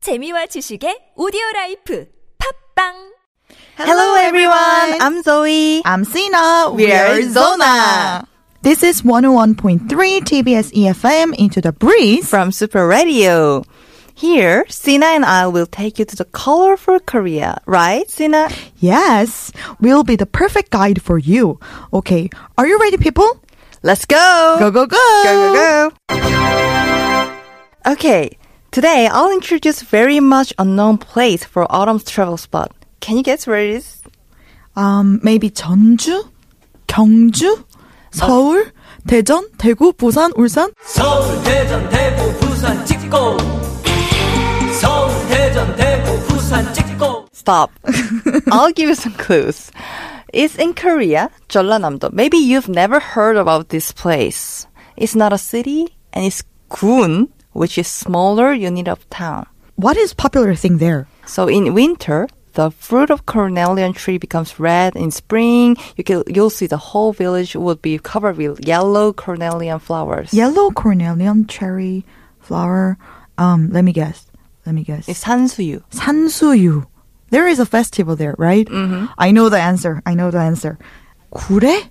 재미와 지식의 오디오 라이프 팝빵 Hello, everyone. I'm Zoe. I'm Sina. Zona. This is 101.3 TBS EFM E into the breeze. from Super Radio. Here, Sina and I will take you to the colorful Korea, right, Sina? Yes, we'll be the perfect guide for you. Okay, are you ready, people? Let's go. Go, go, go. go, go, go. Okay, today I'll introduce very much unknown place for autumn's travel spot. Can you guess where it is? Um, maybe 전주, 경주, 서울, 대전, 대구, 부산, 울산. 서울 대전 대구 부산 찍고 서울 대전 대구 부산 찍고 Stop. I'll give you some clues. It's in Korea, Jeollanam-do. Maybe you've never heard about this place. It's not a city, and it's Gun, which is smaller unit of town. What is popular thing there? So in winter, the fruit of cornelian tree becomes red. In spring, you can you'll see the whole village would be covered with yellow cornelian flowers. Yellow cornelian cherry flower. Um, let me guess. Let me guess. It's Hansuyu. 산수유. There is a festival there, right? I know the answer. I know the answer. 그래?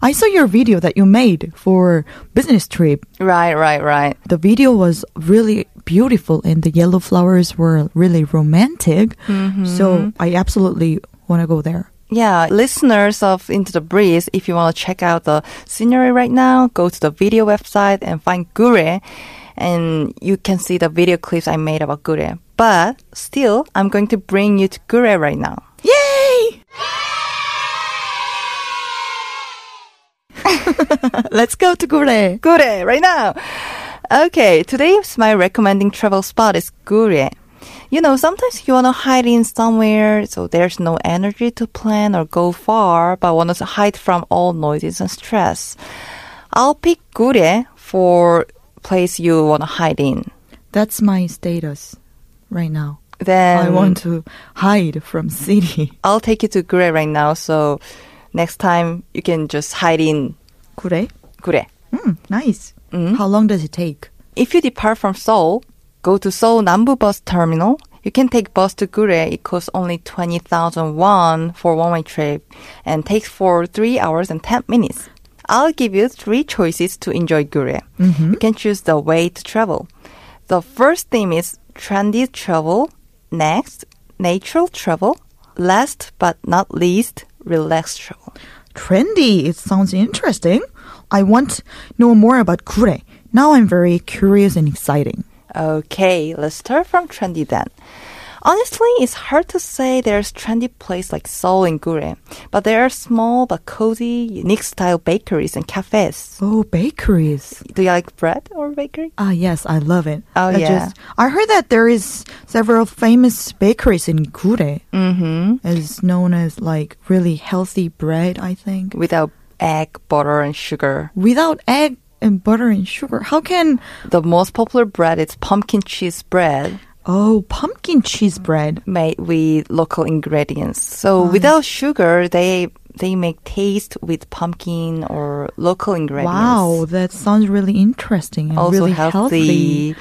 I saw your video that you made for business trip. Right, right, right. The video was really beautiful and the yellow flowers were really romantic. So I absolutely want to go there. Yeah, listeners of Into the Breeze, if you want to check out the scenery right now, go to the video website and find Gure, and you can see the video clips I made about Gure. But still, I'm going to bring you to Gure right now. Yay! Let's go to Gure. Gure eh? right now. Okay, today's my recommending travel spot is Gure. You know, sometimes you want to hide in somewhere, so there's no energy to plan or go far, but want to hide from all noises and stress. I'll pick Gure for place you want to hide in. That's my status right now. Then I want to hide from city. I'll take you to Gure right now, so next time you can just hide in 그래? Gure. Mm, nice. How long does it take? If you depart from Seoul, go to Seoul Nambu Bus Terminal. You can take bus to Gure. It costs only 20,000 won for one-way trip and takes for 3 hours and 10 minutes. I'll give you three choices to enjoy Gure. You can choose the way to travel. The first theme is trendy travel, next, natural travel, last but not least, relaxed travel. Trendy. It sounds interesting. I want to know more about Kure. Now I'm very curious and exciting. Okay, let's start from trendy then. Honestly, it's hard to say there's trendy place like Seoul and Gure, but there are small but cozy, unique style bakeries and cafes. Oh, bakeries. Do you like bread or bakery? Ah, yes, I love it. Oh, I yeah. I heard that there is several famous bakeries in Kure. Mm-hmm. It's known as like really healthy bread, I think. Without egg, butter, and sugar. Without egg and butter and sugar, how can The most popular bread is pumpkin cheese bread Oh, pumpkin cheese bread. made with local ingredients. So without sugar, they they make taste with pumpkin or local ingredients. Wow, that sounds really interesting and also really healthy. healthy.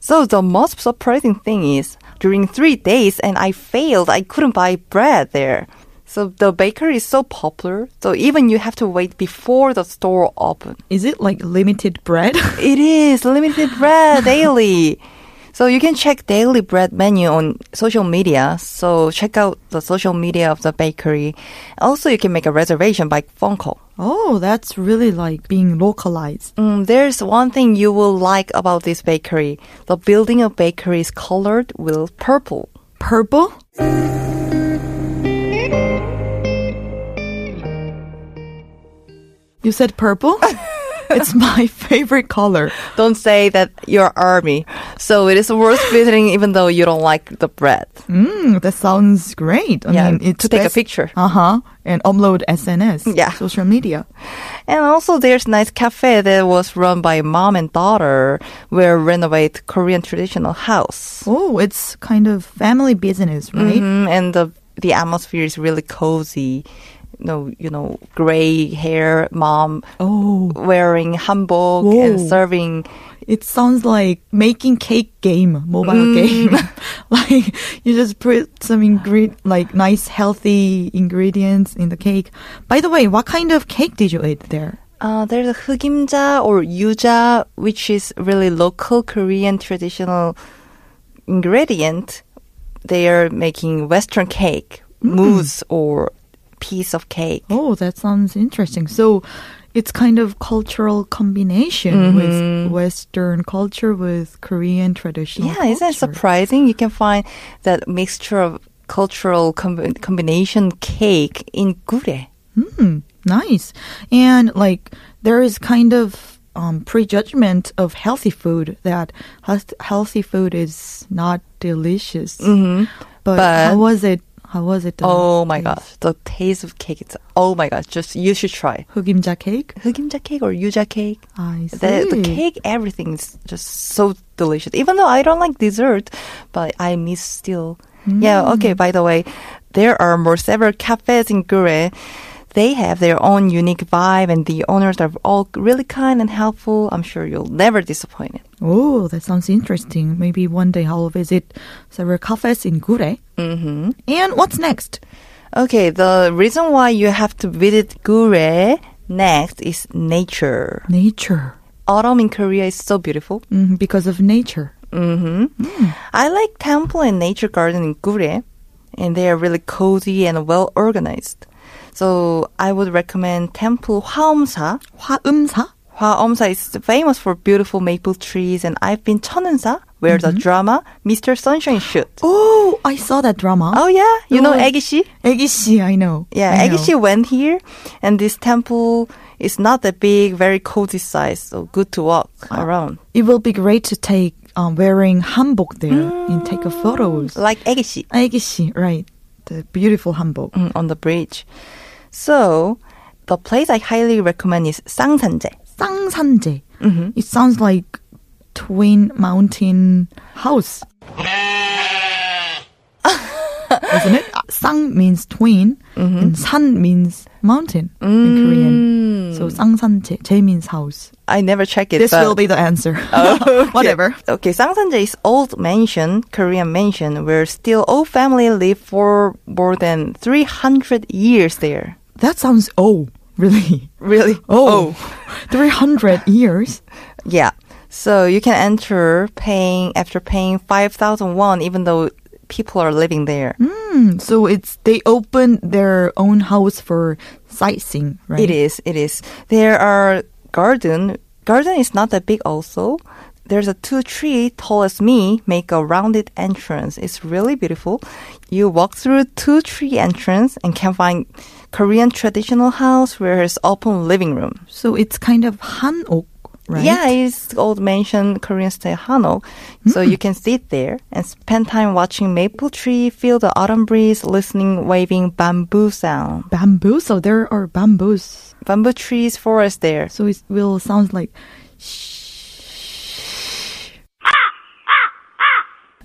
So the most surprising thing is during three days and I failed. I couldn't buy bread there. So the bakery is so popular. So even you have to wait before the store open. Is it like limited bread? It is limited bread daily. So you can check daily bread menu on social media. So check out the social media of the bakery. Also, you can make a reservation by phone call. oh, that's really like being localized. Mm, there's one thing you will like about this bakery. The building of bakery is colored with purple. Purple? You said purple? it's my favorite color. Don't say that you're army. So it is worth visiting even though you don't like the bread. Mm, that sounds great. I Yeah, mean, it's to take a best- picture. Uh-huh. And upload SNS. Yeah. Social media. And also there's nice cafe that was run by mom and daughter where renovate Korean traditional house. Oh, it's kind of family business, right? Mm, and the the atmosphere is really cozy. You know, you know, gray hair mom Oh. wearing hanbok Whoa. and serving it sounds like making cake game, mobile game. like you just put some ingredient, like nice healthy ingredients in the cake. By the way, what kind of cake did you eat there? Uh, there's a hugimja or yuja, which is really local Korean traditional ingredient. They are making Western cake, mousse or piece of cake. Mm. Oh, that sounds interesting. So it's kind of cultural combination with Western culture with Korean traditional. yeah, isn't it culture. surprising? You can find that mixture of cultural com- combination cake in gure. Hmm, nice. And like there is kind of um, prejudgment of healthy food that health- healthy food is not delicious. Mm-hmm. But, But- how was it? How was it? uh, done? Oh my gosh, the taste of cake! It's oh my gosh, just you should try Hugimja cake. hugimja cake or yuja cake. I see. The, the cake, everything is just so delicious. Even though I don't like dessert, but I miss still. Yeah, okay, by the way, there are more several cafes in Gure. They have their own unique vibe, and the owners are all really kind and helpful. I'm sure you'll never disappoint it. Oh, that sounds interesting. Maybe one day I'll visit several cafes in Gure. Mm-hmm. And what's next? Okay, the reason why you have to visit Gure next is nature. Nature. Autumn in Korea is so beautiful. Mm, because of nature. I like temple and nature garden in Gure, and they are really cozy and well organized. So I would recommend temple Hwaomsa. 화음사? Hwaomsa is famous for beautiful maple trees, and I've been Cheonunsa, where Mm-hmm. the drama Mr. Sunshine shoot. Oh, I saw that drama. Oh yeah, you know Oh. Aegishi? 애기씨, I know. Yeah, I know. Aegishi went here, and this temple is not that big, very cozy size, so good to walk around. It will be great to take um, wearing hanbok there and take a photos. Like Aegishi. 아기씨, right? The beautiful hanbok. Mm, on the bridge. So the place I highly recommend is Sangsanje. 쌍산제. It sounds like twin mountain house. Isn't it? Uh, 쌍 means twin and 산 means mountain in Korean. So 쌍산제, 제 means house. I never check it. This but- will be the answer. Whatever. Okay, Sangsanje is old mansion, Korean mansion, where still old family live for more than 300 years there. That sounds oh, really. Really? Oh, 300 years? Yeah. So you can enter paying after paying 5,000 won even though people are living there. Hmm, so it's they opened their own house for sightseeing, right? It is. It is. There are garden. Garden is not that big. Also, there's a two tree tall as me make a rounded entrance. It's really beautiful. You walk through two tree entrance and can find Korean traditional house where it's open living room. So it's kind of hanok, right? Yeah, it's old mansion Korean style Hanok. So Hmm. you can sit there and spend time watching maple tree, feel the autumn breeze, listening waving bamboo sound. Bamboo. So there are bamboos. Bamboo trees, forest there. So it will sound like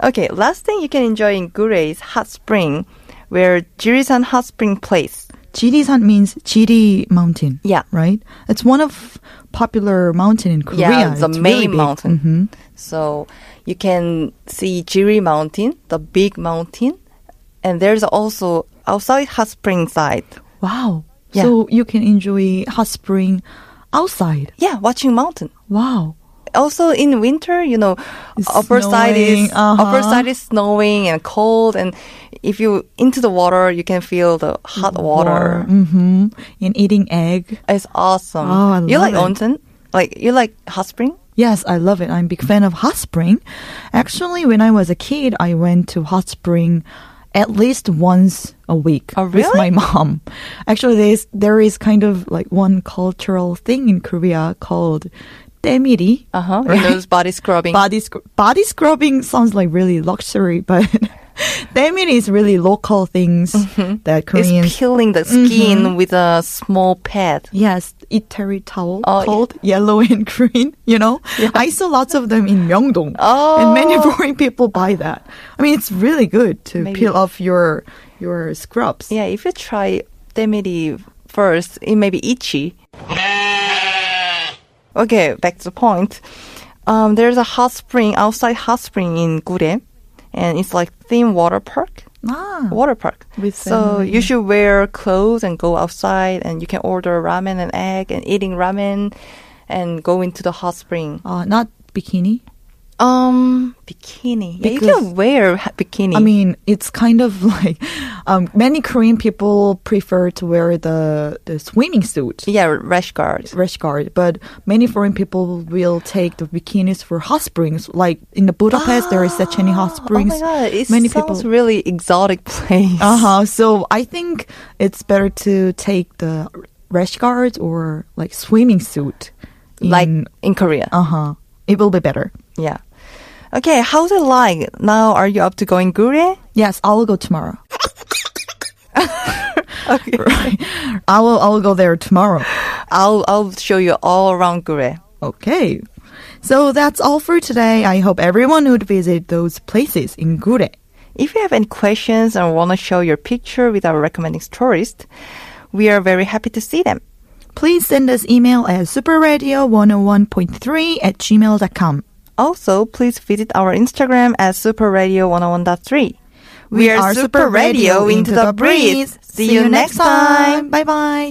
Okay, last thing you can enjoy in Gure is hot spring, where Jirisan Hot Spring Place. Jirisan means Jiri mountain. Yeah. Right? It's one of popular mountain in Korea. Yeah, the It's main really big. Mm-hmm. mountain. So you can see Jiri Mountain, the big mountain, and there's also outside hot spring side. Mm-hmm. Wow. Yeah. So you can enjoy hot spring outside. Yeah, watching mountain. Wow. Also in winter, you know, It's upper side is snowing, uh-huh. upper side is snowing and cold, and if you into the water, you can feel the hot water. Mm-hmm. And eating egg. It's awesome. Oh, I you love like it. onsen? Like you like hot spring? Yes, I love it. I'm a big fan of hot spring. Actually, when I was a kid, I went to hot spring at least once a week Oh, with really? my mom. Actually, there is, there is kind of like one cultural thing in Korea called temiri. Uh huh. Right? Nose body scrubbing. Body, scr- body scrubbing sounds like really luxury, but temiri is really local things that Mm-hmm. it's Koreans. peeling the Mm-hmm. skin with a small pad. Yes, itari towel Oh, yeah. called yellow and green. You know, I saw lots of them in Myeongdong, and many foreign people buy that. I mean, it's really good to Oh. Maybe- peel off your your scrubs. Yeah, if you try demiri first, it may be itchy. Okay, back to the point. Um, there's a hot spring outside hot spring in Gure, and it's like theme water park. Ah, Water park. With so family. you should wear clothes and go outside, and you can order ramen and egg and eating ramen, and go into the hot spring. uh, not bikini. Um, bikini. Yeah, you Because- can wear ha- bikini. I mean, it's kind of like um, many Korean people prefer to wear the the swimming suit. yeah, rash guard. rash guard, but many foreign people will take the bikinis for hot springs. Like in the Budapest, there is Secheny hot springs. Oh my god, it many sounds people. really exotic place. Uh huh. So I think it's better to take the rash guard or like swimming suit. Like in Uh-huh. Korea. uh huh. It will be better. Yeah. Okay, how's it like? Now are you up to going Gure? Yes, I'll go tomorrow. Right. I will. I will go there tomorrow. I'll I'll show you all around Gure. Okay. So that's all for today. I hope everyone would visit those places in Gure. If you have any questions or want to show your picture with our recommending tourist, we are very happy to see them. Please send us email at superradio101.3 at gmail.com. Also, please visit our Instagram at Super Radio 101.3. We, Our are Super Radio into the breeze. See you next time. Bye bye.